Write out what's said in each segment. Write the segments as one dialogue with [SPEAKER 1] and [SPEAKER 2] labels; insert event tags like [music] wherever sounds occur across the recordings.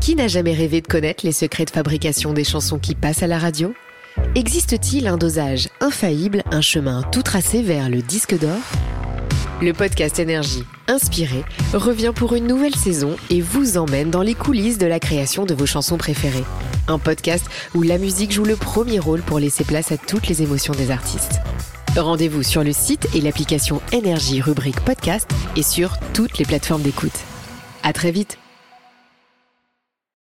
[SPEAKER 1] Qui n'a jamais rêvé de connaître les secrets de fabrication des chansons qui passent à la radio Existe-t-il un dosage infaillible, un chemin tout tracé vers le disque d'or Le podcast Énergie, inspiré, revient pour une nouvelle saison et vous emmène dans les coulisses de la création de vos chansons préférées. Un podcast où la musique joue le premier rôle pour laisser place à toutes les émotions des artistes. Rendez-vous sur le site et l'application Énergie rubrique podcast et sur toutes les plateformes d'écoute. À très vite.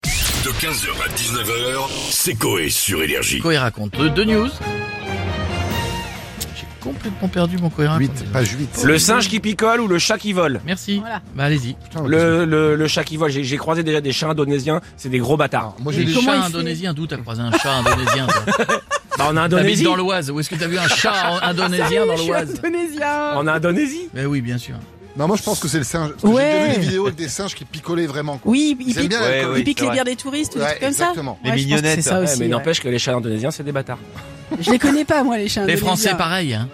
[SPEAKER 2] De 15h à 19h, c'est Coé sur Énergie.
[SPEAKER 3] Coé raconte euh, deux news. J'ai complètement perdu mon Coé raconte.
[SPEAKER 4] 8, page 8.
[SPEAKER 5] Le singe qui picole ou le chat qui vole
[SPEAKER 3] Merci. Bah allez-y.
[SPEAKER 5] le, le, le chat qui vole, j'ai j'ai croisé déjà des chats indonésiens, c'est des gros bâtards.
[SPEAKER 4] Moi,
[SPEAKER 3] J'ai
[SPEAKER 4] j'ai
[SPEAKER 3] des
[SPEAKER 4] des
[SPEAKER 3] chats indonésiens. D'où t'as croisé un chat indonésien [laughs] toi
[SPEAKER 5] Bah, en
[SPEAKER 3] T'habites
[SPEAKER 5] Indonésie
[SPEAKER 3] dans l'Oise. Où est-ce que t'as vu un chat [laughs] en- indonésien dans l'Oise
[SPEAKER 5] En Indonésie
[SPEAKER 3] Mais oui, bien sûr.
[SPEAKER 4] Non, moi je pense que c'est le singe. Parce que J'ai
[SPEAKER 6] Ouais.
[SPEAKER 4] déjà vu des vidéos avec des singes qui picolaient vraiment. quoi.
[SPEAKER 6] Oui, ils
[SPEAKER 4] Ils aiment
[SPEAKER 6] piquent,
[SPEAKER 4] bien
[SPEAKER 5] Ouais,
[SPEAKER 4] la-
[SPEAKER 5] ouais.
[SPEAKER 6] ils piquent
[SPEAKER 5] c'est
[SPEAKER 6] les
[SPEAKER 5] vrai.
[SPEAKER 6] bières des touristes ou des
[SPEAKER 4] Ouais,
[SPEAKER 6] trucs comme ça.
[SPEAKER 4] exactement.
[SPEAKER 6] Les mignonnettes. C'est ça
[SPEAKER 5] Ouais,
[SPEAKER 6] aussi.
[SPEAKER 5] Mais
[SPEAKER 6] ouais.
[SPEAKER 5] n'empêche que les chats indonésiens, c'est des bâtards.
[SPEAKER 6] Je les connais pas, moi, les chiens.
[SPEAKER 3] Les
[SPEAKER 6] indonésiens.
[SPEAKER 3] Français, pareil. Hein.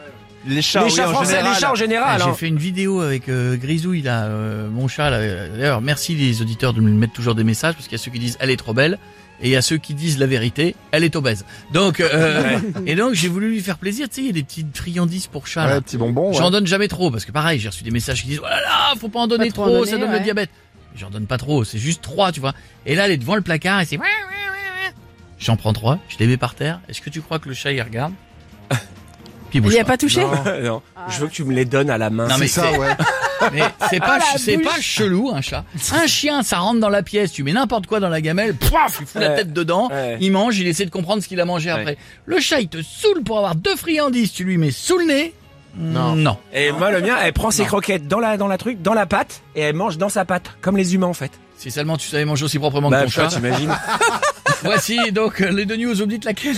[SPEAKER 7] Les chats,
[SPEAKER 5] les
[SPEAKER 7] oui,
[SPEAKER 5] chats
[SPEAKER 7] en
[SPEAKER 5] français,
[SPEAKER 7] général.
[SPEAKER 5] les chats en
[SPEAKER 3] Ah,
[SPEAKER 5] général.
[SPEAKER 3] J'ai
[SPEAKER 5] hein.
[SPEAKER 3] fait une vidéo avec euh, Grisouille, là, euh, mon chat. là. D'ailleurs, merci les auditeurs de me mettre toujours des messages parce qu'il y a ceux qui disent elle est trop belle et il y a ceux qui disent la vérité, elle est obèse. Donc, [laughs] euh, et donc j'ai voulu lui faire plaisir. Tu sais, il y a des petites friandises pour chat. là.
[SPEAKER 4] Ouais, petit bonbon.
[SPEAKER 3] J'en donne jamais trop parce que pareil, j'ai reçu des messages qui disent voilà, faut pas en donner
[SPEAKER 6] Pas
[SPEAKER 3] trop,
[SPEAKER 6] trop en donner,
[SPEAKER 3] ça donne le
[SPEAKER 6] ouais.
[SPEAKER 3] diabète. J'en donne pas trop, c'est juste trois, tu vois. Et là, elle est devant le placard et c'est ouais, ouais, ouais, ouais. j'en prends trois, je les mets par terre. Est-ce que tu crois que le chat il
[SPEAKER 6] [laughs]
[SPEAKER 3] regarde Puis il
[SPEAKER 6] Il
[SPEAKER 3] bouge
[SPEAKER 6] n'y a
[SPEAKER 3] pas.
[SPEAKER 6] pas touché
[SPEAKER 5] non, je veux que tu me les donnes à la main.
[SPEAKER 3] Non, mais
[SPEAKER 4] C'est ça, ouais.
[SPEAKER 3] [laughs] Mais c'est pas,
[SPEAKER 6] Ah, la
[SPEAKER 3] c'est
[SPEAKER 6] bouche.
[SPEAKER 3] pas chelou un chat. Un chien, ça rentre dans la pièce, tu mets n'importe quoi dans la gamelle, pouf, il fout la
[SPEAKER 5] Ouais.
[SPEAKER 3] tête dedans,
[SPEAKER 5] Ouais.
[SPEAKER 3] il mange, il essaie de comprendre ce qu'il a mangé après. Le chat, il te saoule pour avoir deux friandises, tu lui mets sous le nez.
[SPEAKER 4] Non.
[SPEAKER 3] Non.
[SPEAKER 5] Et moi, le mien, elle prend ses
[SPEAKER 3] Non.
[SPEAKER 5] croquettes dans la, dans la truc, dans la pâte, et elle mange dans sa pâte, comme les humains en fait.
[SPEAKER 3] Si seulement tu savais manger aussi proprement que
[SPEAKER 5] Bah,
[SPEAKER 3] ton
[SPEAKER 5] toi,
[SPEAKER 3] chat.
[SPEAKER 5] t'imagines
[SPEAKER 3] Voici donc euh, les deux news, vous me dites laquelle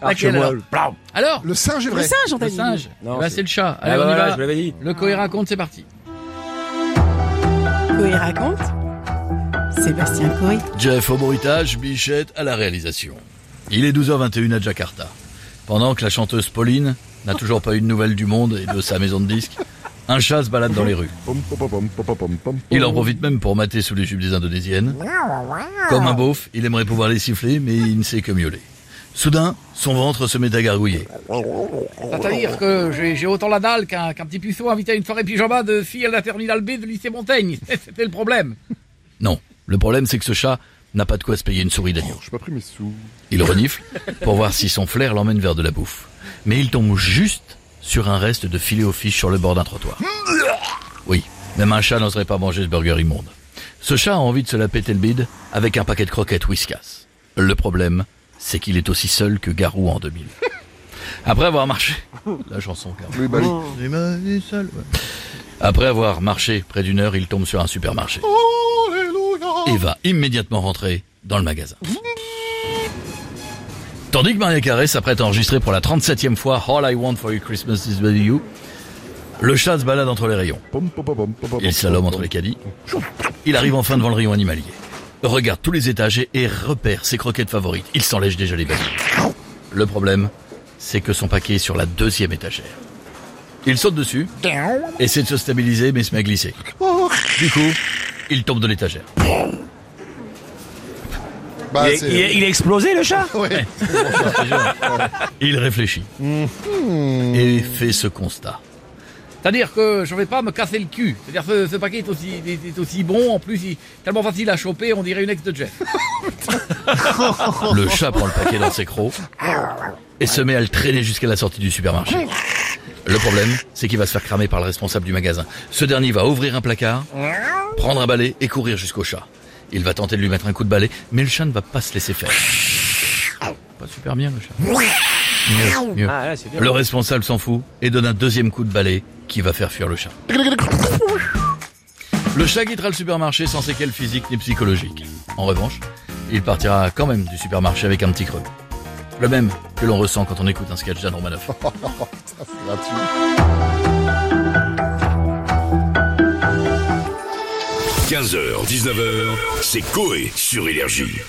[SPEAKER 5] Alors que moi,
[SPEAKER 3] alors
[SPEAKER 5] blam.
[SPEAKER 3] Alors,
[SPEAKER 4] Le singe est
[SPEAKER 6] Le
[SPEAKER 4] vrai.
[SPEAKER 6] singe, on t'a
[SPEAKER 3] le
[SPEAKER 6] dit.
[SPEAKER 3] singe,
[SPEAKER 5] Non,
[SPEAKER 3] Bah,
[SPEAKER 5] c'est-
[SPEAKER 3] c'est le chat. Allez,
[SPEAKER 5] Ah,
[SPEAKER 3] on y
[SPEAKER 5] voilà,
[SPEAKER 3] va.
[SPEAKER 5] je l'avais dit.
[SPEAKER 3] Le Coé raconte, c'est parti.
[SPEAKER 6] Coé raconte. Sébastien Coé.
[SPEAKER 7] Jeff au bruitage, Bichette à la réalisation. Il est 12h21 à Jakarta. Pendant que la chanteuse Pauline n'a toujours pas eu de nouvelles du monde et de sa maison de disques, un chat se balade dans les rues.
[SPEAKER 4] Pom, pom, pom, pom, pom, pom, pom.
[SPEAKER 7] Il en profite même pour mater sous les jupes des Indonésiennes. Comme un beauf, il aimerait pouvoir les siffler, mais il ne sait que miauler. Soudain, son ventre se met à gargouiller.
[SPEAKER 3] C'est-à-dire que j'ai j'ai autant la dalle qu'un qu'un petit puceau invité à une soirée pyjama de filles à la terminale B de lycée Montaigne. [laughs] C'était le problème.
[SPEAKER 7] Non, le problème c'est que ce chat n'a pas de quoi se payer une souris d'agneau.
[SPEAKER 4] Oh, J'ai pas pris mes sous.
[SPEAKER 7] Il renifle pour voir si son flair l'emmène vers de la bouffe. Mais il tombe juste sur un reste de filet aux fiches sur le bord d'un trottoir. Oui, même un chat n'oserait pas manger ce burger immonde. Ce chat a envie de se la péter le bide avec un paquet de croquettes Whiskas. Le problème, c'est qu'il est aussi seul que Garou en 2000. Après avoir marché... La chanson, Garou.
[SPEAKER 4] Louis Bali.
[SPEAKER 7] Après avoir marché près d'une heure, il tombe sur un supermarché.
[SPEAKER 4] Oh.
[SPEAKER 7] Et va immédiatement rentrer dans le magasin. Tandis que Maria Carré s'apprête à enregistrer pour la 37e fois All I Want for Your Christmas is With You, le chat se balade entre les rayons.
[SPEAKER 4] Pom, pom, pom, pom, pom, pom,
[SPEAKER 7] Il slalome entre les caddies. Il arrive enfin devant le rayon animalier. Regarde tous les étages et- et repère ses croquettes favorites. Il s'en lèche déjà les belles. Le problème, c'est que son paquet est sur la deuxième étagère. Il saute dessus, essaie de se stabiliser, mais se met à glisser.
[SPEAKER 4] Oh.
[SPEAKER 7] Du coup, il tombe de l'étagère.
[SPEAKER 4] Bah,
[SPEAKER 7] Ah,
[SPEAKER 5] il, est,
[SPEAKER 4] c'est-
[SPEAKER 5] il est- il est explosé
[SPEAKER 7] [laughs]
[SPEAKER 5] le chat
[SPEAKER 4] Ouais.
[SPEAKER 7] Il réfléchit et fait ce constat.
[SPEAKER 3] Mm. C'est-à-dire que je vais pas me casser le cul. C'est-à-dire que ce, ce paquet est aussi, est, est aussi bon, en plus il est tellement facile à choper, on dirait une ex de Jeff.
[SPEAKER 7] Le chat prend le paquet dans ses crocs et se met à le traîner jusqu'à la sortie du supermarché. Le problème, c'est qu'il va se faire cramer par le responsable du magasin. Ce dernier va ouvrir un placard, prendre un balai et courir jusqu'au chat. Il va tenter de lui mettre un coup de balai, mais le chat ne va pas se laisser faire.
[SPEAKER 3] Pas super bien le chat.
[SPEAKER 7] Mieux, mieux.
[SPEAKER 5] Ah, là, c'est bien.
[SPEAKER 7] Le responsable s'en fout et donne un deuxième coup de balai qui va faire fuir le chat. Le chat quittera le supermarché sans séquelles physiques ni psychologiques. En revanche, il partira quand même du supermarché avec un petit creux. Le même que l'on ressent quand on écoute un sketch d'Anne Romanoff.
[SPEAKER 4] Ça, c'est gratuit.
[SPEAKER 2] h 19h, c'est Coé sur Énergie.